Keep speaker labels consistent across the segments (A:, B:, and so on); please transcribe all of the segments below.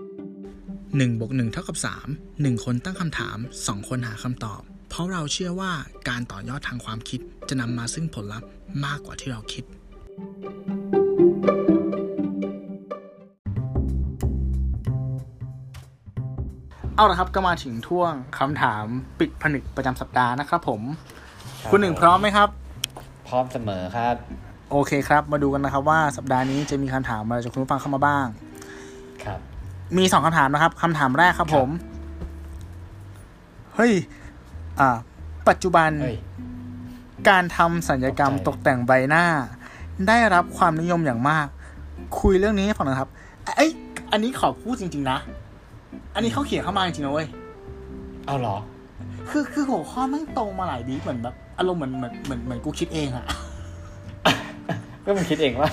A: 1บวก1เท่ากับ3 1 คนตั้งคำถาม 2 คนหาคำตอบ เพราะเราเชื่อว่าการต่อยอดทางความคิดจะนำมาซึ่งผลลัพธ์มากกว่าที่เราคิด เอาละครับก็มาถึงท่วงคำถามปิดผนึกประจำสัปดาห์นะครับผม
B: รับ
A: คุณหนึ่งพร้อมไหมครับ
B: พร้อมเสมอครับ
A: โอเคครับ มาดูกันนะครับว่าสัปดาห์นี้จะมีคำถามอะไรจากคุณผู้ฟังเข้ามาบ้าง
B: ครับ
A: มีสองคำถามนะครับคำถามแรกครับ
B: ครั
A: ผ
B: บ
A: ม เฮ้ย อ่า ปัจจุบัน
B: เฮ้ย
A: การทำสัญญกรรม
B: ตกใจ
A: ตกแต่งใบหน้า ได้รับความนิยมอย่างมาก คุยเรื่องนี้ให้ฟังหนะครับ เอ้ย อันนี้ขอพูดจริง ๆ นะ อันนี้เขาเขียนเข้ามาจริงๆนะเว้ย
B: เอาเหรอ
A: คือคือหัวข้อแมันตรงมาหลายดีเหมือนแบบอารมณ์เหมือนเหมือนเหมือนเหมือนกูคิดเองอะ
B: ก็มึงคิดเองว่า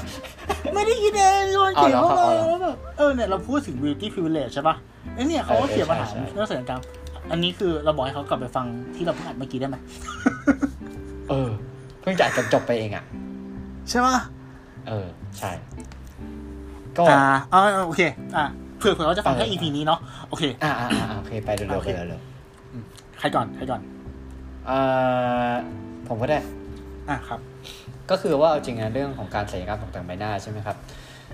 A: ไม่ได้คิดเองโยนเขียนเข้ามา
B: เอาเหรอ
A: ว่าแบบเออเนี่ยเราพูดถึง beauty privilege ใช่ปะไอเนี่ยเขาก็เขียนมาถาม
B: เออใช่ใช่
A: เรื่องศัลยกรรมอันนี้คือเราบอกให้เขากลับไปฟังที่เราเพิ่งอัดเมื่อกี้ได้ไหม
B: เออ เพิ่งจะอัดจบไปเองอ่ะ
A: ใช่ปะ
B: เออ ใช่ ก็
A: อ่าอ่าโอเค อ่าเผื่อเผื่อเขาจะฟังแค่
B: เออ
A: EP นี้เนาะโอเค
B: อ่าอ่าอ่าโอเค ไปเร็ว
A: โอ
B: ๆ
A: เค
B: ไปเร็ว
A: ใครก่อนใครก่อน
B: ๆเอ่อผมก็ได้
A: อ่ะครับ
B: ก็คือว่าเอาจริงนะเรื่องของการศัลยกรรมตกแต่งใบหน้าใช่ไหมครับ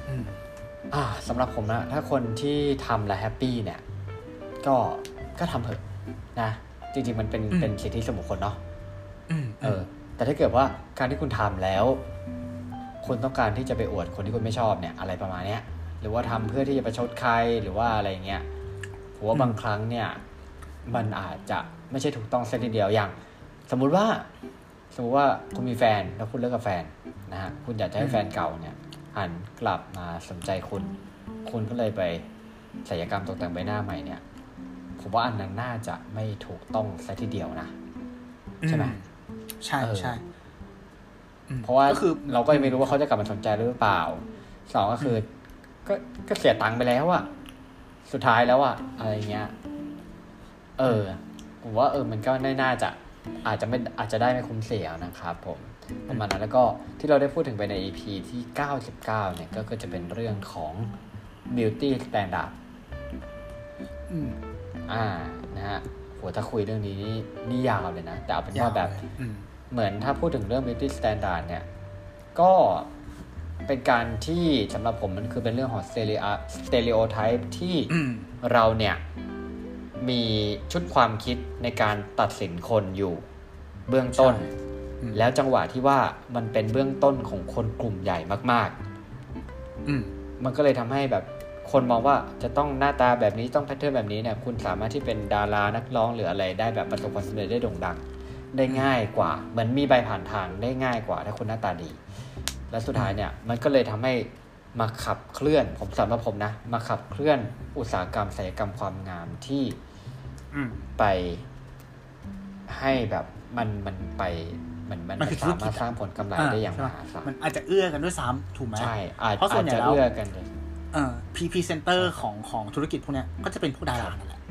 A: อืม
B: อ่าสำหรับผมนะ ถ้าคนที่ทำและแฮปปี้เนี่ย ก็ก็ทำเถอะนะ จริงๆ มันเป็นเป็นสิทธิส่วนบุคคลเนาะ
A: อืม
B: เออ แต่ถ้าเกิดว่าการที่คุณทำแล้ว คุณต้องการที่จะไปอวดคนที่คุณไม่ชอบเนี่ย อะไรประมาณเนี้ย หรือว่าทำเพื่อที่จะประชดใครหรือว่าอะไรเงี้ยผมว่าบางครั้งเนี่ย มันอาจจะไม่ใช่ถูกต้องซะทีเดียวอย่าง สมมุติว่า สมมติว่าคุณมีแฟนแล้วคุณเลิกกับแฟนนะฮะคุณอยากจะให้แฟนเก่าเนี่ยหันกลับมาสนใจคุณ คุณก็เลยไปศัลยกรรมตกแต่งใบหน้าใหม่เนี่ย ผมว่าอันนั้นน่าจะไม่ถูกต้องซะทีเดียวนะ ใช่ไหม
A: ใช่
B: เออ
A: ใช่อืม
B: เพราะว่า
A: ก็คือ
B: เราก็ยังไม่รู้ว่าเขาจะกลับมาสนใจหรือเปล่าสองก็คืออก็ก็เสียตังค์ไปแล้วอะสุดท้ายแล้วอะอะไรเงี้ย เออผมว่าเออมันก็น่าจะ อาจจะไม่อาจจะได้ไม่คุ้มเสียนะครับผมประมาณนั้นแล้วก็ที่เราได้พูดถึงไปใน EP ที่ 99 เนี่ยก็ก็จะเป็นเรื่องของ beauty standard
A: อืม
B: อ่านะฮะโหถ้าคุยเรื่องนี้นี่นี่ยาวเลยนะ แต่เอาเป็นว่าแบบ
A: เลยอืม
B: เหมือนถ้าพูดถึงเรื่อง beauty standard เนี่ย ก็เป็นการที่สำหรับผมมันคือเป็นเรื่องของ stereo- stereotype ที่
A: อืม
B: เราเนี่ย มีชุดความคิดในการตัดสินคนอยู่เบื้องต้น
A: อืม
B: แล้วจังหวะที่ว่ามันเป็นเบื้องต้นของคนกลุ่มใหญ่มาก ๆ
A: อืม
B: มันก็เลยทำให้แบบคนมองว่าจะต้องหน้าตาแบบนี้ต้องแพทเทิร์นแบบนี้เนี่ยคุณสามารถที่เป็นดารานักร้องหรืออะไรได้แบบประสบความสำเร็จได้โด่งดัง ได้ง่ายกว่า เหมือนมีใบผ่านทางได้ง่ายกว่า ถ้าคุณหน้าตาดี และสุดท้ายเนี่ยมันก็เลยทำให้มาขับเคลื่อน ผมสำหรับผมนะ มาขับเคลื่อนอุตสาหกรรมศัลยกรรมความงามที่
A: อืม
B: ไปให้แบบมันมันไปมันมัน
A: มันคือธุร
B: สา
A: กิจอะ
B: มารถสร้างผลกำไรได้อย่างมหาศาล
A: มันอาจจะเอื้อกันด้วยซ้ำถูกไหม
B: ใช่อาจ
A: เพราะส่
B: อา
A: วน
B: จ
A: ใหญ่
B: จะ
A: แล้ว
B: เอื้อกันเลย
A: เอ่อพีพีเซนเตอร์ของของธุรกิจพวกเนี้ยก็จะเป็นพวกดารานั่นแหละ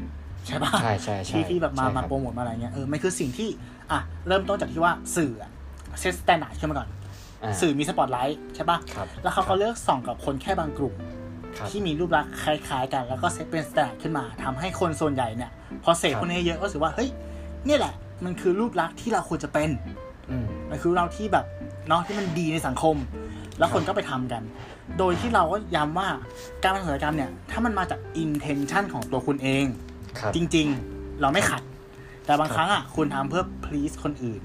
A: ใช่ปะ
B: ใช่ใช่ใช่
A: ที่ที่แบบมา
B: ใช่ค
A: มา
B: รั
A: โปรโมทมาอะไรเงี้ยเออมันคือสิ่งที่อ่ะเริ่มต้นจากที่ว่าสื่อเซตสแตนดาร์ดขึ้นมาก่อน
B: อ่า
A: สื่อมีสปอตไลท์ใช่ปะ
B: ครับ
A: แล้วเขาก็เลือกส่องกับคนแค่บางกลุ่ม
B: ครับ
A: ที่มีรูปลักษณ์คล้ายๆ กัน แล้วก็เซตเป็นสแตนดาร์ดขึ้นมาทำให้คนส่วนใหญ่เนี่ย พอเสพ
B: ครับ
A: คนนี้เยอะก็รู้สึกว่าเฮ้ยเนี่ยแหละ มันคือรูปลักษณ์ที่เราควรจะเป็น
B: อืม
A: มันคือเราที่แบบเนาะที่มันดีในสังคม แล้วคนก็ไปทำกัน โดยที่เราก็ย้ำว่าการทำศัลยกรรมเนี่ย ถ้ามันมาจาก intention ของตัวคุณเอง
B: ครับ
A: จริงๆ เราไม่ขัด แต่บางครั้งอ่ะคุณทำเพื่อ please คนอื่น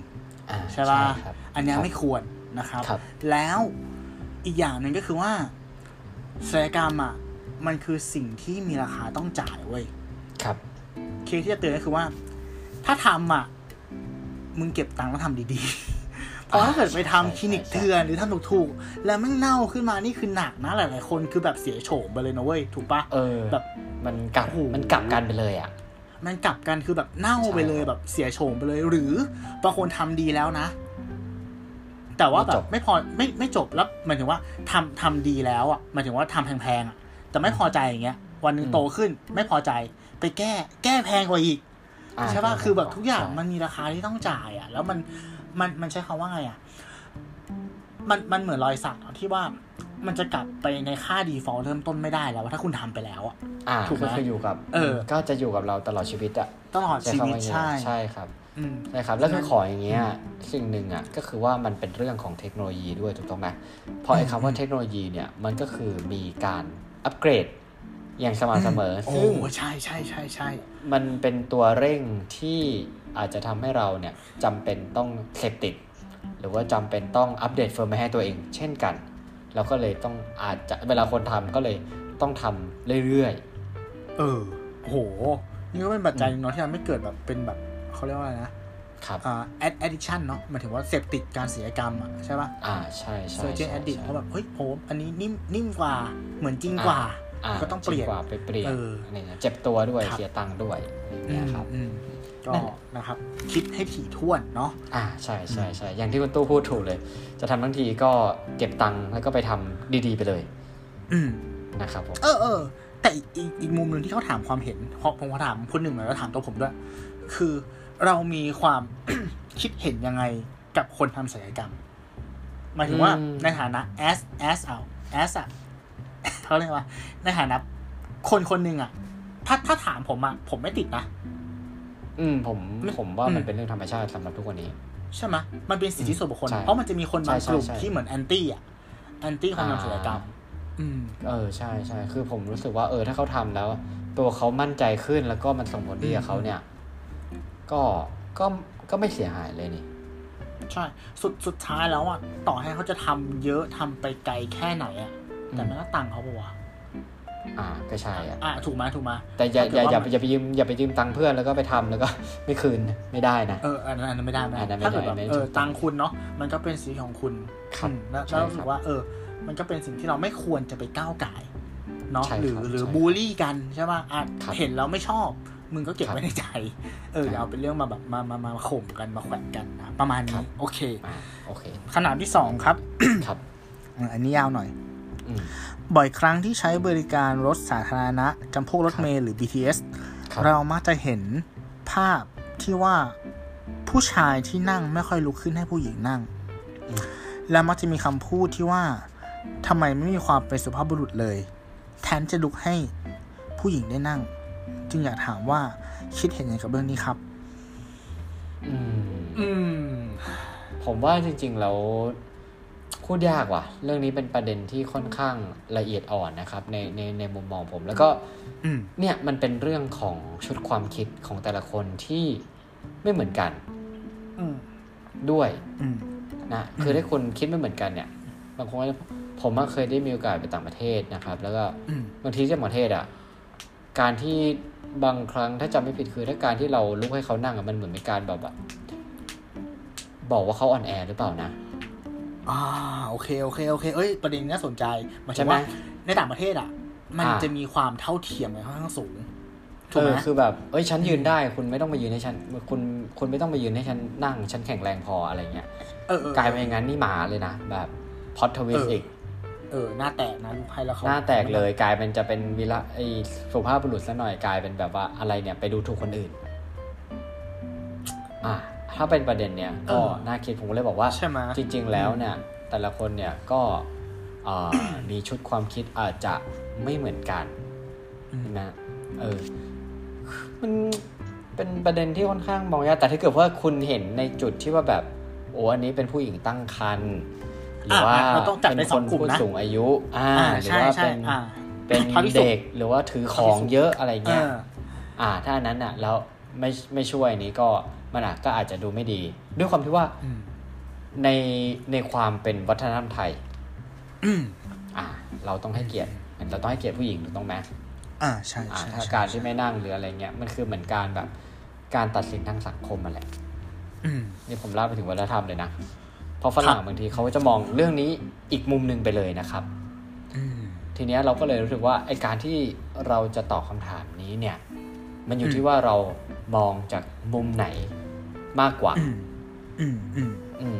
B: อ่า
A: ใช่ป่ะ
B: ครับ
A: อันเนี้ย
B: ครับ
A: ไม่ควรนะครับ
B: ครับ
A: แล้วอีกอย่างหนึ่งก็คือว่าศัลยกรรมอ่ะมันคือสิ่งที่มีราคาต้องจ่ายเว้ย
B: ครับ
A: เคสที่จะเตือนก็คือว่า ถ้าทำอ่ะ มึงเก็บตังค์แล้วทำดีๆ เพราะถ้าเกิดไปทำ
B: ใช่
A: คลินิก
B: ใช่
A: เถื่อนหรือทำถูกๆ แล้วมันเน่าขึ้นมานี่คือหนักนะหลายๆ คนคือแบบเสียโฉมไปเลยนะเว้ย ถูกปะ
B: เออ
A: แบบ
B: มันกลับ
A: โอ้โห
B: มันกลับกันไปเลยอ่ะ
A: มันกลับกันคือแบบเน่าไปเลย
B: ใช่ครับ
A: แบบเสียโฉมไปเลย หรือบางคนทำดีแล้วนะ แต่ว่าแบ
B: ไม่จ
A: บบ ไม่พอไม่ไม่จบแล้วหมายถึงว่าทำทำดีแล้วอ่ะหมายถึงว่าทำแพงๆอ่ะแต่ไม่พอใจอย่างเงี้ย วันหนึงโตขึ้นไม่พอใจ ไปแก้ แก้แพงกว่าอีก
B: อ่า
A: ใช่ป่ะ
B: รั
A: คือแบบทุกอย่าง
B: ใช่
A: มันมีราคาที่ต้องจ่ายอ่ะ แล้วมัน มัน มันใช้คำว่าไงอ่ะ มันมันเหมือนรอยสักอะที่ว่ามันจะกลับไปในค่าดีฟอลเริ่มต้นไม่ได้แล้วว่าถ้าคุณทำไปแล้วอะ
B: อ่า
A: ถูกไหม
B: ก็คืออยู่กับ
A: เออ
B: ก็จะอยู่กับเราตลอดชีวิตอะ
A: ตลอดชีวิต
B: ใช่
A: ใช่
B: ใช่ครับ
A: อืม
B: ใช่ครับ แล้ว
A: ใช่
B: คือของอย่างเงี้ยสิ่งหนึ่งอะก็คือว่ามันเป็นเรื่องของเทคโนโลยีด้วยถูกต้องไหมเพราะไอ้คำว่าเทคโนโลยีเนี่ยมันก็คือมีการอัปเกรดอย่างสม่ำเสมออ
A: โอ้
B: ซึ่ง
A: ใช่ใช่ใช่ใช่
B: มันเป็นตัวเร่งที่อาจจะทำให้เราเนี่ยจำเป็นต้องเสพติด หรือว่าจำเป็นต้องอัปเดตเฟิร์มแวร์ให้ตัวเอง เช่นกัน เราก็เลยต้องอาจจะเวลาคนทำก็เลยต้องทำเรื่อย
A: เออ โห นี่ก็เป็นปัจจัยหนึ่งเนาะที่ทำให้เกิดแบบเป็นแบบเขาเรียกว่าอะไรนะ
B: ๆ ครับ
A: อ่า add- addiction เนาะหมายถึงว่าเสพติดการศิลยกรรมอ่ะใช่ป่ะ
B: อ่าใช่ใช่
A: surgeon
B: ใช่
A: addict
B: ใช่
A: เขาแบบ เฮ้ยโหอันนี้นิ่มนิ่มกว่า เหมือนจริงกว่า
B: า
A: ก็ต้องเปลี่ยน
B: จริกว่าไปเปลี่ยน
A: เอออ
B: อะไรเงี้ยเจ็บตัวด้วย
A: ครับ
B: เสียตังค์ด้วยอะไร
A: อื
B: เงี้
A: ม
B: ยครับ
A: อืมก็
B: นั่นแหละ
A: นะครับ คิดให้ถี่ถ้วนเนาะ
B: อ่าใช่ใช่ใช่อย่างที่คุณตู้พูดถูกเลย จะทำทั้งทีก็เก็บตังค์แล้วก็ไปทำดีๆ ไปเลย
A: อืม
B: นะครับผม
A: เออเออแต่อีกอีกอีกมุมหนึ่งที่เขาถามความเห็นเพราะผมเขาถามคนหนึ่งแล้วถามตัวผมด้วย คือเรามีความ คิดเห็นยังไงกับคนทำศัลยกรรมหมายถึงว่าในฐานะ as as เอา as อะ เขาเรียกว่า ในฐานะ คนคนหนึ่งอะถ้าถ้าถามผมอะผมไม่ติดนะ
B: อืมผม
A: มัน
B: ผมว่ามั
A: อื
B: น
A: ม
B: เป็นเรื่องธรรมชาติสำหรับทุกวันนี้
A: ใช่ไหมมันเป็นสิทธิส่วนบุคคล
B: ใช่
A: เพราะมันจะมีคนบาง
B: ใช่
A: กลุ่ม
B: ใช่ใช่
A: ที่เหมือนแอนตี้อะแอนตี้คนทำศัลยกรรม อืม
B: เออใช่ใช่คือผมรู้สึกว่าเออถ้าเขาทำแล้ว ตัวเขามั่นใจขึ้นแล้วก็มันส่งผลดีกับเขาเนี่ย ก็ก็ก็ไม่เสียหายเลยนี่
A: ใช่ สุดสุดท้ายแล้วอ่ะ ต่อให้เขาจะทำเยอะทำไปไกลแค่ไหนอ่ะ
B: อืม
A: แต่มันก็ตังค์เขาปะวะ
B: อ่าก็ใช่อะ
A: อ่ะ ถูกไหมถูกไหม
B: แต่อย่าอย่าอย่า
A: ถ้าเกิดว่ามัน
B: อย่าไปยืมอย่าไปยืมตังค์เพื่อนแล้วก็ไปทำแล้วก็ ไม่คืนไม่ได้นะ
A: เอออันนั้นอันนั้นไม่ได้
B: อั
A: ไม่
B: นนั้
A: ได้
B: นไม่
A: ถ้าเกิดแบบ
B: ได้ไม่ได้
A: เออ
B: ถูกต้อง
A: ตังค์คุณเนาะมันก็เป็นสีของคุณ
B: ครับ
A: อืมแล้ว
B: ใช่
A: แล้วรู้สึ
B: ครั
A: ก
B: บ
A: ว่า เออ มันก็เป็นสิ่งที่เราไม่ควรจะไปก้าวไก่ายเนาะ
B: ใช่ครับ
A: หรือหรือ
B: ใช่ครับ
A: บูลลี่กันใช่ป่ะอาจ
B: ครับ
A: เห็นแล้วไม่ชอบ มึงก็เก็บ
B: ครับ
A: ไว้ในใจ เอออย่าเอาเป็นเรื่องมาแบบมามามามาข่มกันมาแขวะกันนะประมาณ
B: ครั
A: นี้
B: บ
A: โอเค
B: อ่าโอเค
A: คำถามที่สองครับ
B: ครับ
A: อ่ะอันนี้ยาวหน่อย
B: อืม
A: บ่อยครั้งที่ใช้บริการรถสาธารณะจำพวกรถเมล์หรือ BTS
B: ครับ
A: เรามักจะเห็นภาพที่ว่าผู้ชายที่นั่งไม่ค่อยลุกขึ้นให้ผู้หญิงนั่ง และมักจะมีคำพูดที่ว่าทำไมไม่มีความเป็นสุภาพบุรุษเลย แทนจะลุกให้ผู้หญิงได้นั่ง จึงอยากถามว่าคิดเห็นยังไงกับเรื่องนี้ครับ
B: อืม
A: อืม
B: ผมว่าจริงๆแล้วพูดยากว่ะ เรื่องนี้เป็นประเด็นที่ค่อนข้างละเอียดอ่อนนะครับ ในในในมุมมองผม แล้วก็
A: อืม
B: เนี่ยมันเป็นเรื่องของชุดความคิดของแต่ละคนที่ไม่เหมือนกัน
A: อืม
B: ด้วย
A: อืม
B: นะคือถ้าคนคิดไม่เหมือนกันเนี่ยบางคนก็ผมอะเคยได้มีโอกาสไปต่างประเทศนะครับ แล้วก็
A: อืม
B: บางทีที่ต่างประเทศอ่ะการที่บางครั้งถ้าจำไม่ผิดคือถ้าการที่เราลุกให้เขานั่งอะมันเหมือนเป็นการแบบอะบอกว่าเขาอ่อนแอหรือเปล่านะ
A: อ่าโอเคโอเคโอเคเอ้ยประเด็นนี้น่าสนใจหมายถึ
B: ใช่
A: ง
B: ไหม
A: ว่าในต่างประเทศอ่ะ มัน
B: อ่า
A: จะมีความเท่าเทียมกันค่อนข้างสูงถูก
B: เอ
A: ไห
B: อ
A: ม
B: คือแบบเอ้ยฉันยืนได้คุณไม่ต้องมายืนให้ฉันคุณคุณไม่ต้องมายืนให้ฉันนั่งฉันแข็งแรงพออะไรเงี้ย
A: เออเออก
B: ลายเป็นอย่างนั้นนี่หมาเลยนะ แบบพอดทวิสอีก
A: เออ หน้าแตกนะลูกไพ่แล้วเขา
B: หน้าแตกเลยกลายเป็นจะเป็นวิละไอสุภาพบุรุษซะหน่อยกลายเป็นแบบว่าอะไรเนี่ยไปดูถูกคนอื่น อ่ะถ้าเป็นประเด็นเนี่ย ก็น่าคิดผมก็เลยบอกว่า
A: ใช่ไหม
B: จริง ๆ แล้วเนี่ย แต่ละคนเนี่ยก็เอ่อ มีชุดความคิดอาจจะไม่เหมือนกัน
A: อืม
B: นะเออ มันเป็นประเด็นที่ค่อนข้างมองยากแต่ถ้าเกิดว่าคุณเห็นในจุดที่ว่าแบบ โอ้อันนี้เป็นผู้หญิงตั้งครรภ์หรือว่า
A: อ่ะเราต้องจัด
B: เป็น
A: เป็น
B: ค
A: สอน งกลุ่ม
B: ผู้
A: นะ
B: สูงอายุ อ่า
A: อ่า
B: หรือ
A: ใช่
B: ว่า
A: ใช่
B: เป็น
A: อ่า
B: เป็น
A: ท้ายที่สุด
B: เด็กหรือว่าถือของเยอะอะไร
A: เอ
B: เงี้ย
A: อ
B: อ่า ถ้าอันนั้นอ่ะ แล้วไม่ไม่ช่วยนี้ก็มันอาจก็อาจจะดูไม่ดี ด้วยความที่ว่า
A: อืม
B: ในในความเป็นวัฒนธรรมไทย
A: อืม
B: อ่า เราต้องให้เกียรติเราต้องให้เกียรติผู้หญิงถูกต้องไหม
A: อ่าใช่
B: อ่า
A: ใช่
B: ถ้า
A: ใช่
B: การที่ไม่นั่งหรืออะไรเงี้ยมันคือเหมือนการแบบการตัดสินทางสังคมมาแหละ
A: อืม
B: นี่ผมเล่าไปถึงวัฒนธรรมเลยนะเพราะฝรั่ง
A: ครับ
B: บางทีเขาจะมองเรื่องนี้อีกมุมหนึ่งไปเลยนะครับ
A: อืม
B: ทีเนี้ยเราก็เลยรู้สึกว่าไอการที่เราจะตอบคำถามนี้เนี่ย มันอยู่ที่ว่าเรามองจากมุมไหนมากกว่า
A: อืมอืมอืม
B: อืม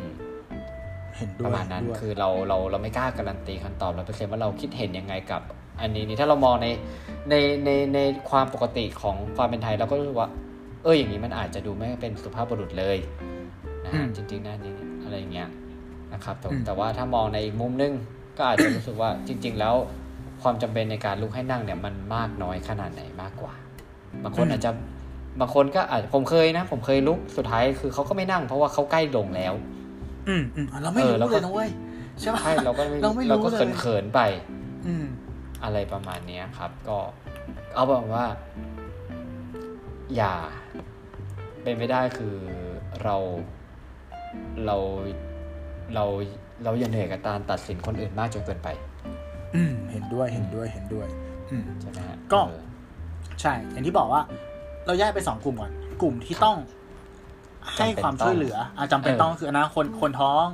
A: เห็นด้
B: ป
A: วย
B: ระมาณนั้น
A: ด้วย
B: คือเราเราเราไม่กล้าการันตีคำตอบร้อยเปอร์เซ็นต์ว่าเราคิดเห็นยังไงกับ อันนี้นี่ถ้าเรามองในในในในความปกติของความเป็นไทยเราก็รู้สึกว่า เอออย่างนี้มันอาจจะดูไม่เป็นสุภาพบุรุษเลยนะฮะจริงๆนะนี่อะไรอย่างเงี้ย นะครับผม
A: อืม
B: แต่ว่าถ้ามองในอีกมุมนึงก็อาจจะ รู้สึกว่าจริง ๆ แล้วความจำเป็นในการลุกให้นั่งเนี่ยมันมากน้อยขนาดไหนมากกว่า บางคนอาจจะบางคนก็อาจผมเคยนะ ผมเคยลุกสุดท้ายคือเขาก็ไม่นั่งเพราะว่าเขาใกล้ลงแล้ว
A: อืมอืมเราไม่
B: เอ
A: รู้
B: อแล้ว
A: เล
B: ก็
A: ยนะเว้ยใช่ปะ
B: ใช่เราก็
A: เราไม่รู้
B: เราก็
A: เลย
B: เขินๆไป
A: อืม
B: อะไรประมาณเนี้ยครับ ก็เอาแบบว่า อย่า เป็นไม่ได้คือเราเราเราเราอย่าเหนื่อยกับการตัดสินคนอื่นมากจนเกินไป
A: อืม เห็นด้วยเห็นด้วยเห็นด้วย อืม
B: ใช่ไหมฮะ
A: ก็
B: เออ
A: ใช่ อย่างที่บอกว่า เราแยกไปสองกลุ่มก่อน กลุ่มที่ต้องให้ความช่วยเหลืออาจำเป็นต้องคืออนาคนคนท้อง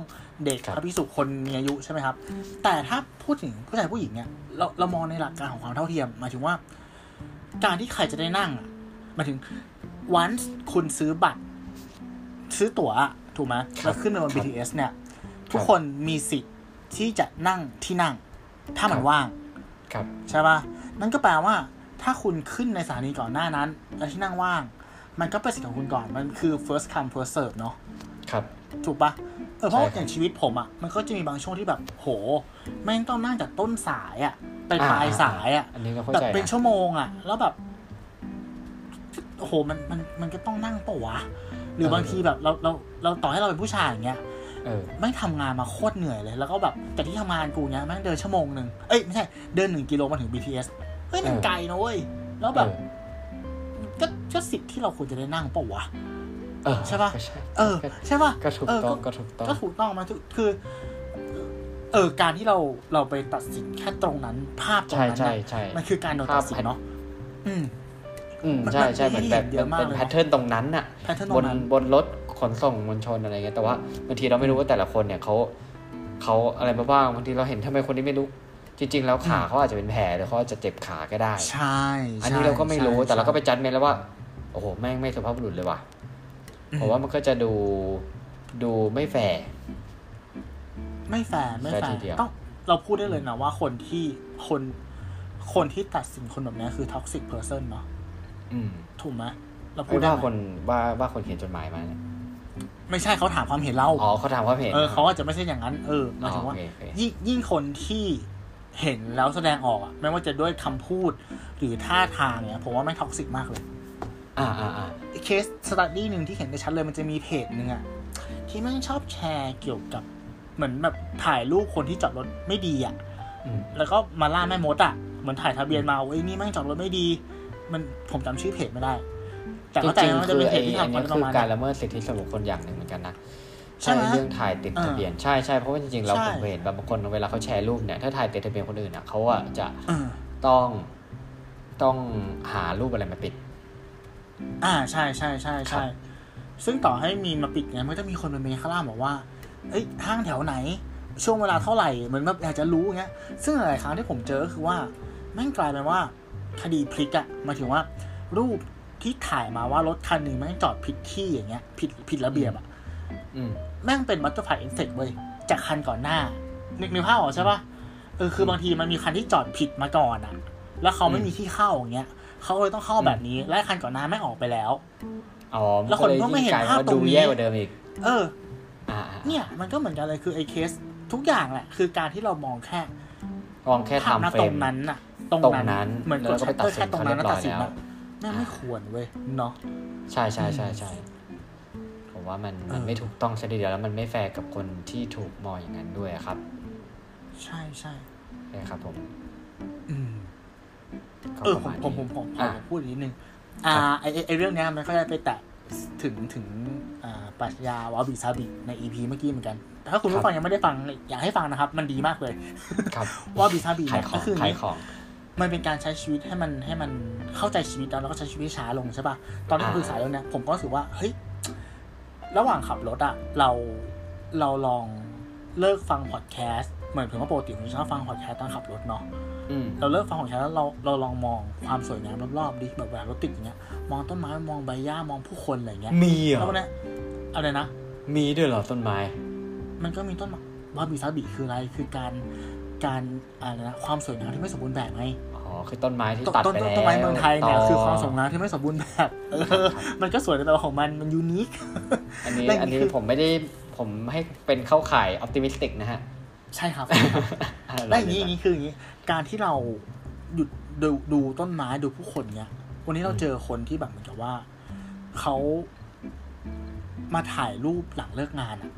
A: เด็กพระพิสุคนมีอายุใช่ไหมครับ แต่ถ้าพูดถึงผู้ชายผู้หญิงเนี่ยเราเรามองในหลักการของความเท่าเทียมหมายถึงว่า การที่ใครจะได้นั่งอะหมายถึง once คุณซื้อบัตร ซื้อตั๋วอะถูกไหมแล้วขึ้นไปบน BTS เนี่ย ทุกคนมีสิทธิ์ที่จะนั่งที่นั่ง ถ้ามันว่าง
B: ครับ
A: ใช่ปะ่ะ นั่นก็แปลว่า ถ้าคุณขึ้นในสถานีก่อนหน้านั้น แล้วที่นั่งว่าง มันก็เป็นสิทธิ์ของคุณก่อน มันคือ first come first serve เนอะ
B: ครับ
A: ถูกปะ่ะ เออ เพราะว่า
B: ใช่ครับ
A: อย่างชีวิตผมอะ่ะ มันก็จะมีบางช่วงที่แบบ โห แม่งต้องนั่งจากต้นสายอะ่ะ ไปปลาย
B: อ่า
A: สายอะ่ะ
B: อันนี้ก็เข้า
A: แบบ
B: ใจ
A: เป็น
B: นะ
A: ชั่วโมงอะ่ะ แล้วแบบ โอ้โห มัน มัน มันก็ต้องนั่งปะวะ หรือบางทีแบบเรา เรา เราต่อให้เราเป็นผู้ชายอย่างเงี้ย
B: เออ
A: ไม่งทำงานมาโคตรเหนื่อยเลย แล้วก็แบบแต่ที่ทำงานกูเนี้ยแม่งเดินชั่วโมงหนึ่งเอ้ยไม่ใช่เดินหนึ่งกิโลมาถึง BTS เฮ้ยมัน
B: เออ
A: ไกลนะเว้ย แล้วแบบ
B: เออ
A: ก็ก็สิทธิ์ที่เราควรจะได้นั่งเปะวะ
B: เออ
A: ใช่ปะ
B: ก็ใช่
A: เออ
B: ก็
A: ใช่ป่ะ
B: ก็ถูก
A: เออ
B: ต้อง
A: ก็
B: ก็ถูกต้อง
A: ก็ถูกต้องมาถูกคือ เออการที่เราเราไปตัดสินแค่ตรงนั้น ภาพตรง
B: ใช่
A: นั้น
B: ใช่
A: น่ะ
B: ใช่
A: มันคือการโดนตัดสินเนาะอืม
B: อืม
A: มัน
B: ใช่ใช่
A: มันมี
B: เหมือนแบบ
A: เยอะมาก
B: เป็น
A: เลย
B: แพทเทิร์นตรงนั้นน่ะ
A: แพทเทิร์นต
B: บ
A: ร
B: น
A: งนั้น
B: บนรถขนส่งมวลชนอะไรเงี้ยแต่ว่าบางทีเราไม่รู้ว่าแต่ละคนเนี่ยเขาเขาอะไรมาบ้างบางทีเราเห็นทำไมคนนี้ไม่รู้ จริง ๆ แล้วขาเขาอาจจะเป็นแผลหรือเขาอาจจะเจ็บขาก็ได้
A: ใช่
B: อันนี้เราก็ไม่รู้
A: ใช่
B: แต่เราก็ไป
A: ใช่
B: จัดเมนแล้วว่าโอ้โหแม่งไม่สุภาพบุรุษเลยว่ะ
A: อืม
B: ผมว่ามันก็จะดูดูไม่แฟร์
A: ไม่แฟร์ไม่แฟ
B: ใช่ที
A: ร์
B: เดียว
A: ต้องเราพูดได้เลยนะว่าคนที่คนคนที่ตัดสินคนแบบเนี้ยคือ toxic person เนาะ
B: อืม
A: ถูกไหมเราพู
B: ไม่
A: ดได้
B: ว่า
A: ไหม
B: คนว่าว่าคนเขียนจดหมายมาเนี่ย
A: ไม่ใช่เขาถามความเห็นเรา
B: อ๋อเขาถามว่าเห็น
A: เออเขาอาจจะไม่ใช่อย่างนั้น เออห
B: อ๋
A: มาย
B: อ
A: ถึง
B: โอ
A: ว่า
B: เคโอเค
A: ยิ่งยิ่งคนที่เห็นแล้วแสดงออกอะไม่ว่าจะด้วยคำพูดหรือท่าทางเนี่ยผมว่าไม่งท็อกซิกมากเลย
B: อ่าอ่าอ่า
A: เคสสตัดดี้หนึ่งที่เห็นได้ชัดเลยมันจะมีเพจหนึ่งอะที่แม่งชอบแชร์เกี่ยวกับเหมือนแบบถ่ายรูปคนที่จอดรถไม่ดีอะ
B: อืม
A: แล้วก็มาล่าแม่มดอะเหมือนถ่ายทะเบียนมาว่าไอ้ยนี่แม่งจอดรถไม่ดี มันผมจำชื่อเพจไม่ได้ แต่
B: จ
A: ก็แต่
B: ริง
A: มัน
B: ๆ
A: จะ
B: คือ
A: เป็นเพ
B: ไอ้
A: จที่
B: อัน
A: ทำค
B: นี้
A: นป
B: คื
A: ระ
B: อ
A: มาณ
B: กา
A: นั้
B: ร
A: น
B: ละเมิดสิทธิส่วนบุคคลอย่างหนึ่งเหมือนกันนะ
A: ใช่ไหม
B: เรื่องถ่ายติด
A: เออ
B: ทะเบียนใช่ใช่เพราะว่าจริงๆเรา
A: ใช่
B: ผมเห็นบางคนเวลาเขาแชร์รูปเนี่ยถ้าถ่ายติดทะเบียนคนอื่นอ่ะเขาอ่ะจะ
A: เออ
B: ต้องต้องหารูปอะไรมาปิด
A: อ่าใช่ใช่ใช่
B: ครั
A: ใช่
B: บ
A: ซึ่งต่อให้มีมาปิดเนี่ยมันก็จะมีคนเป็นเมฆล่ามบอกว่าเอ้ยห้างแถวไหน ช่วงเวลาเท่าไหร่เหมือนแบบอยากจะรู้อย่างเงี้ยซึ่งหลายๆครั้งที่ผมเจอก็คือว่าแม่งกลายเป็นว่าคดีพลิกอะหมายถึงว่า รูปที่ถ่ายมาว่ารถคันหนึ่งแม่งจอดผิดที่อย่างเงี้ยผิดผิดระเบียบอะ
B: อืม
A: แม่งเป็นบัตเตอร์ฟลายเอฟเฟกต์เว้ยจากคันก่อนหน้านึกนึกภาพออกใช่ปะเออคือบางทีมันมีคันที่จอดผิดมาก่อนอะแล้วเขาไม่มีที่เข้าอย่างเงี้ยเขาเลยต้องเข้าแบบนี้และคันก่อนหน้าแม่งออกไปแล้ว
B: อ๋อ
A: แล้วคนก็ไม่เห็น
B: ลยยิ่
A: ภาพต
B: กลยว่
A: รงนี้
B: ดูแย่กว่าเดิมอีก
A: เออ
B: อ่า
A: เนี่ยมันก็เหมือนกันเลยคือไอ้เคสทุกอย่างแหละ คือการที่เรามองแค่
B: มองแค่
A: ภาพ
B: ทำ
A: นะ
B: เฟร
A: ตร
B: ม
A: งนั้นน่ะ ตรง
B: ตรงนั้
A: นั้น
B: น
A: เหมือนก
B: แล้
A: ด
B: วก็
A: ชั
B: ไป
A: ตเตอร์แค่
B: ตัดสิน
A: ตรงนั้นน่ะ
B: เขา
A: ตัด
B: เรียบร้อย
A: สิน
B: แล้
A: นะ
B: ว
A: แม่งไม่ควรเว้ยเนาะ
B: ใช่ใช่ใช่ใช่ผมว่ามันมัน
A: เออ
B: ไม่ถูกต้องซะทีเดียวแล้วมันไม่แฟร์กับคนที่ถูกมองอย่างนั้นด้วยครับ
A: ใช่ใช่
B: นะครับผม
A: อืม
B: ก็
A: เออ
B: ประ
A: ผม
B: มาณ
A: ผมผม
B: นี้
A: ผมข
B: อ่ะ
A: อพูดอีกนิดนึง อ่า
B: ครับ
A: ไอไอ้ไอเรื่องเนี้ยมันก็ได้ไปแตะถึงถึงอ่าปรัชญาวาบิซาบิในอีพีเมื่อกี้เหมือนกัน ถ้าคุณผู้ฟังยังไม่ได้ฟังอยากให้ฟังนะครับ มันดีมากเลย
B: ครับ
A: วาบิซาบิ
B: ขา
A: เนี่ย ย
B: ขอ
A: ก็
B: ง
A: คือ
B: ขายของ
A: มันเป็นการใช้ชีวิตให้มันให้มันเข้าใจชีวิตแล้วแล้วก็ใช้ชีวิตช้าลงใช่ปะ่ะ ตอนที่ผ
B: อ่า
A: มศึกษาเรื่องเนี้ยผมก็รู้สึกว่า เฮ้ย ระหว่างขับรถอะเราเราลองเลิกฟังพอดแคสต์เหมือนถึงว่าปกติผมชอบฟังพอดแคสต์ตอนขับรถเนาะ
B: อืม
A: เราเลิกฟังของฉันแล้วเราเราลองมองความสวยงามรอบๆดิแบบเวลารถติดอย่างเงี้ย มองต้นไม้มองใบหญ้ามองผู้คนอะไรเงี้ย
B: มีเหร
A: แล้ว
B: อ
A: เนี่ยอะไรนะ
B: มีด้วยเหรอต้นไม้
A: มันก็มีต้นไม้วาบิซาบิคืออะไร คือการการอะไรนะความสวยงามที่ไม่สมบูรณ์แบบไง
B: อ๋อ คือต้นไม้ที่
A: ต้น
B: ตัด
A: ต้น
B: ไปแล้ว
A: ต้นไม้เมืองไทยเนี่ย
B: ต่
A: คือความสมงามที่ไม่สมบูรณ์แบบ เออ มันก็สวยในแบบของมันมันยูนิค
B: อันนี้
A: แม่ง
B: อันนี้
A: คือ
B: ผมไม่ได้ ผมให้เป็นเข้าข่ายออ t ติมิสติกนะฮะ
A: ใช่ครับ ได้อย่างนี้อย่างนี้คืออย่างนี้ การที่เราหยุดดูดูต้นไม้ดูผู้คนเนี้ย วันนี้เรา
B: อืม
A: เจอคนที่แบบเหมือนกับว่าเขามาถ่ายรูปหลังเลิกงานอะ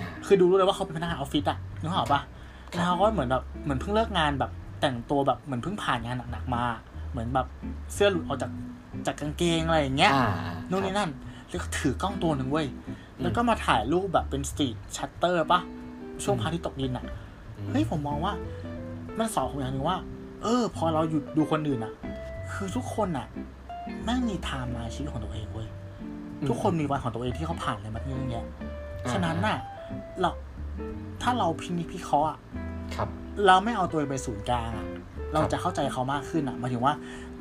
B: อ่า
A: คือดูรู้เลยว่าเขาเป็นพนักงานออฟฟิศอะนึกออกปะแล้วเขาก็เหมือนแบบเหมือนเพิ่งเลิกงานแบบ แต่งตัวแบบเหมือนเพิ่งผ่านงานหนักๆมา เหมือนแบบเสื้อหลุดออกจากจากกางเกงอะไรอย่างเงี้ย
B: อ่า
A: นู่นนี่นั่น แล้วก็ถือกล้องตัวหนึ่งเว้ย แล้วก็มาถ่ายรูปแบบเป็นสตรีทชัตเตอร์ปะช่วงพระอาทิตย์ตกดินอะ
B: อืม
A: เฮ้ยผมมองว่ามันสอนผมอย่างหนึ่งว่า เออ พอเราหยุดดูคนอื่นอะคือทุกคนอะแม่งมีไทม์ไลน์ชีวิตของตัวเองเว้ยทุกคนมีวันของตัวเองที่เขาผ่านอะไรมาเยอะแยะ
B: อ่า
A: ฉะนั้นน่ะเราถ้าเราพินิจพิเคราะห์อะ
B: ครับ
A: เราไม่เอาตัวเองไปนศูนย์กลางอะเรา
B: ครับ
A: จะเข้าใจเขามากขึ้นอะหมายถึงว่า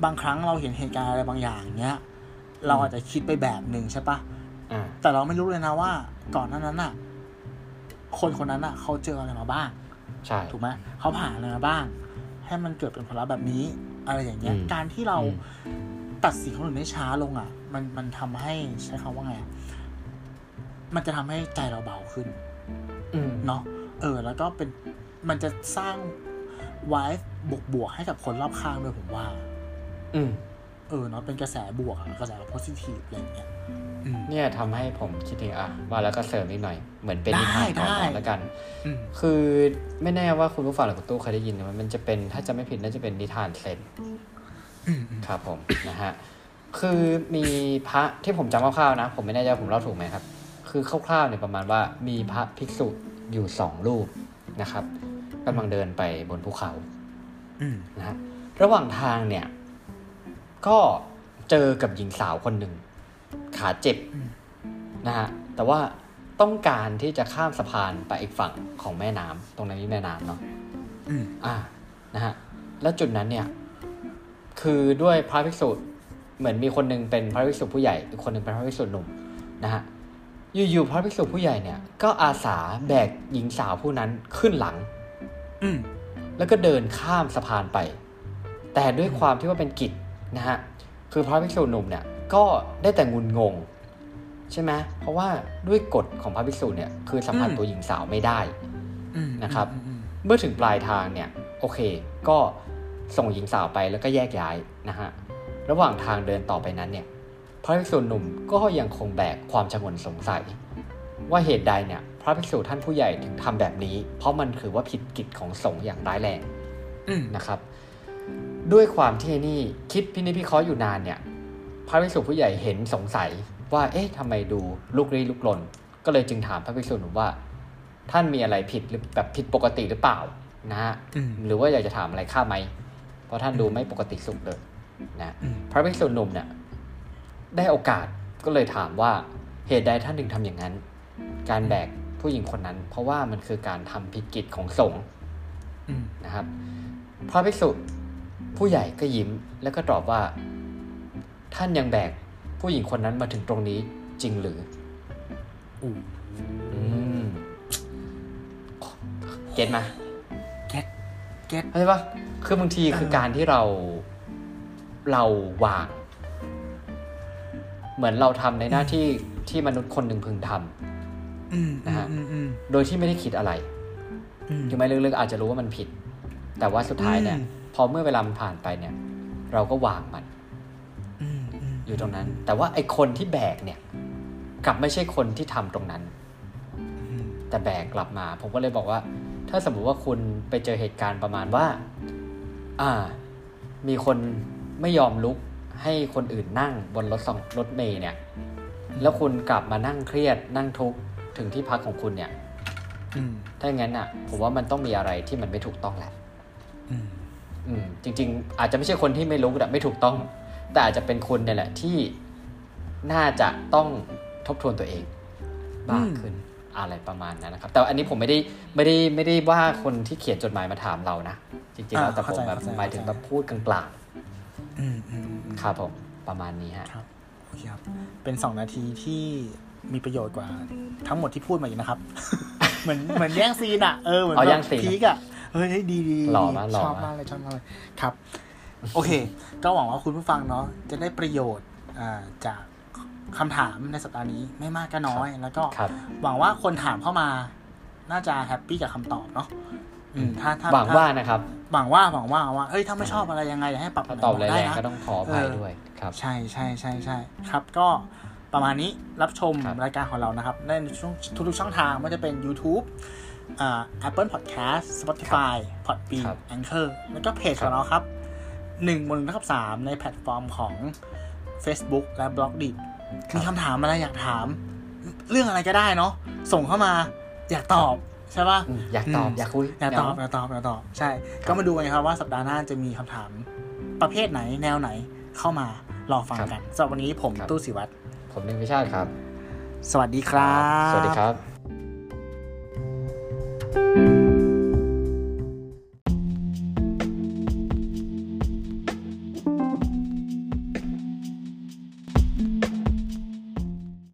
A: บางครั้งเราเห็นเหตุการณ์อะไรบางอย่างเนี้ย เรา
B: อืม
A: อาจจะคิดไปแบบหนึ่งใช่ปะ
B: อ่า
A: แต่เราไม่รู้เลยนะว่า ก่อนหน้านั้นน่ะ คนคนนั้นน่ะ เขาเจออะไรมาบ้าง
B: ใช่
A: ถูกไหมเขาผ่านอะไรมาบ้าง ให้มันเกิดเป็นผลลัพธ์แบบนี้ อะไรอย่างเงี้ย
B: อืม
A: การที่เรา
B: อืม
A: ตัดสินคนอื่นได้ช้าลงอ่ะ มันมันทำให้ใช้คำว่าไงอะมันจะทำให้ใจเราเบาขึ้น
B: อืม
A: เนาะเออ แล้วก็เป็นมันจะสร้างวายบวกบวกๆให้กับคนรอบข้างด้วยผมว่า
B: อืม
A: เออเนาะเป็นกระแสบวกอะกระแสแบบโพสิทีฟอะไรอย่างเงี้ยอืม
B: เนี่ยทำให้ผมคิดถึงอ่ะว่าแล้วก็เสริมนิดหน่อย เหมือนเป็น
A: ได้
B: นิทานก่อนน
A: ได้
B: อนแล้วกัน
A: อืม
B: คือไม่แน่ว่าคุณผู้ฟังหรือคุณตู้เคยได้ยินไหมมันจะเป็นถ้าจะไม่ผิดน่าจะเป็นนิทานเซน
A: อืมอืม
B: ครับผม นะฮะคือมีพระที่ผมจำคร่าวๆนะ ผมไม่แน่ใจว่าผมเล่าถูกไหมครับ คือคร่าวๆเนี่ยประมาณว่ามีพระภิกษุอยู่สองรูปนะครับกำลังเดินไปบนภูเขา
A: อืม
B: นะฮะระหว่างทางเนี่ย ก็เจอกับหญิงสาวคนหนึ่ง ขาเจ็บนะฮะแต่ว่าต้องการที่จะข้ามสะพานไปอีกฝั่งของแม่น้ำตรงนั้นนี่แม่น้ำเนาะ
A: อืม
B: อ่านะฮะแล้วจุดนั้นเนี่ย คือด้วยพระภิกษุเหมือนมีคนหนึงเป็นพระภิกษุผู้ใหญ่อีกคนหนึงเป็นพระภิกษุหนุ่มนะฮะอยู่ๆพระภิกษุผู้ใหญ่เนี่ย ก็อาสาแบกหญิงสาวผู้นั้นขึ้นหลัง
A: อืม
B: แล้วก็เดินข้ามสะพานไป แต่ด้วยความที่ว่าเป็นกิจนะฮะ คือพระภิกษุหนุ่มเนี่ย ก็ได้แต่งุนงง ใช่ไหมเพราะว่าด้วยกฎของพระภิกษุเนี่ย คือสัมผัสตัวหญิงสาวไม่ได้
A: อืม
B: นะครับ
A: อืมอืม
B: เมื่อถึงปลายทางเนี่ย โอเค ก็ส่งหญิงสาวไปแล้วก็แยกย้ายนะฮะ ระหว่างทางเดินต่อไปนั้นเนี่ย พระภิกษุหนุ่มก็ยังคงแบกความชงนสงสัย ว่าเหตุใดเนี่ย พระภิกษุท่านผู้ใหญ่ถึงทำแบบนี้ เพราะมันถือว่าผิดกิจของสงฆ์อย่างร้ายแรง
A: อืม
B: นะครับด้วยความที่ไอ้นี่คิดพินิจพิเคราะห์อยู่นานเนี่ย พระภิกษุผู้ใหญ่เห็นสงสัยว่าเอ๊ะทำไมดูลุกลี้ลุกลน ก็เลยจึงถามพระภิกษุหนุ่มว่า ท่านมีอะไรผิดหรือแบบผิดปกติหรือเปล่านะฮะ
A: อืม
B: หรือว่าอยากจะถามอะไรข้าไหม เพราะท่านดูไม่ปกติสุขเลยนะ
A: อืม
B: พระภิกษุหนุ่มเนี่ยได้โอกาสก็เลยถามว่าเหตุใดท่านถึงทำอย่างนั้น การแบกผู้หญิงคนนั้น เพราะว่ามันคือการทำผิดกิจของสงฆ์
A: อืม
B: นะครับพระภิกษุผู้ใหญ่ก็ยิ้มแล้วก็ตอบว่า ท่านยังแบกผู้หญิงคนนั้นมาถึงตรงนี้จริงหรือ
A: อืม
B: อืมเก็ตไหม
A: เก็ตเก็ต
B: เข้าใจปะคือบางทีคือการที่เราเราวาง เหมือนเราทำในหน้าที่ที่มนุษย์คนหนึ่งพึงทำ
A: อืม
B: นะฮะ
A: อืมอืม
B: โดยที่ไม่ได้คิดอะไร
A: อืม
B: ถึงแม้ลึกๆอาจจะรู้ว่ามันผิด แต่ว่าสุดท้ายเนี่ย
A: อืม
B: พอเมื่อเวลามันผ่านไปเนี่ย เราก็วางมัน
A: อืมอืม
B: อยู่ตรงนั้น แต่ว่าไอคนที่แบกเนี่ย กลับไม่ใช่คนที่ทำตรงนั้น
A: อืม
B: แต่แบกกลับมา ผมก็เลยบอกว่า ถ้าสมมุติว่าคุณไปเจอเหตุการณ์ประมาณว่า อ่า มีคนไม่ยอมลุกให้คนอื่นนั่งบนรถสองรถเมย์เนี่ย แล้วคุณกลับมานั่งเครียดนั่งทุกข์ถึงที่พักของคุณเนี่ย
A: อืม
B: ถ้าอย่างนั้นอ่ะ ผมว่ามันต้องมีอะไรที่มันไม่ถูกต้องแหละ
A: อืม
B: อืมจริง ๆ อาจจะไม่ใช่คนที่ไม่รู้แต่ไม่ถูกต้อง แต่อาจจะเป็นคุณเนี่ยแหละที่น่าจะต้องทบทวนตัวเองมากขึ้นอะไรประมาณนั้นนะครับ แต่อันนี้ผมไม่ได้ไม่ได้ไม่ได้ว่าคนที่เขียนจดหมายมาถามเรานะ จริงๆแล้วแต่ผมแบบหมายถึงแบบพูดกลาง
A: อืมอืมอืม
B: ๆครับผมประมาณนี้ฮะ
A: ครับโอเคครับ เป็นสองนาทีที่มีประโยชน์กว่าทั้งหมดที่พูดมาอีกนะครับ เหมือนเหมือนแย่งซีนอะเออเหมือน
B: เอา
A: แบบ
B: แย่งซีน
A: พีกอะเฮ้ยดีดี
B: หล่อมากหล่อ
A: ชอ
B: มาม
A: บาก กเลยชอบมากเลยครับ โอเค ก็หวังว่าคุณผู้ฟังเนาะจะได้ประโยชน์อ่าจาก คำถามในสัปดาห์นี้ไม่มากก็น้อย แล้วก็
B: ครับ
A: หวังว่าคนถามเข้ามา น่าจะแฮปปี้กับคำตอบเนาะอืมถ้าถ้า
B: หวัง
A: ถ้
B: ว่านะครับ
A: หวังว่าหวังว่าว่าเอ้ยถ้าไม่ชอบอะไรยังไงให้ปรับ
B: ถ้าตอบ
A: ห
B: แร
A: น่ยได้
B: ง
A: นะ
B: ๆก็ต้องขออภัยด้วยครับ
A: ใช่ใช่ใช่ใช่ครับ ก็ประมาณนี้รับชม
B: ครับ
A: รายการของเรานะครับได้ในช่วงทุกๆช่องทางไม่ว่าจะเป็น YouTube อ่า Apple Podcast Spotify Podbean Anchor แล้วก็เพจของเราครับ1บน1ทับ3ในแพลตฟอร์มของ Facebook และ b l o g d i t มีคำถามอะไรอยากถาม เรื่องอะไรก็ได้เนาะส่งเข้ามาอยากตอบใช่ปะ
B: อืมอยากตอบ
A: อืม
B: อยากคุย
A: อย่าตอบ
B: เ
A: อย่าตอบอย่าตอบใช่ ก็มาดูกันครับว่าสัปดาห์หน้าจะมีคำถามประเภทไหนแนวไหนเข้ามารอฟังกันสำหรับวันนี้ผม
B: ครับ
A: ตู้สิวัตร
B: ผมหนึ่งพิชาติครับ
A: สวัสดีครับ
B: สวัสดีครับ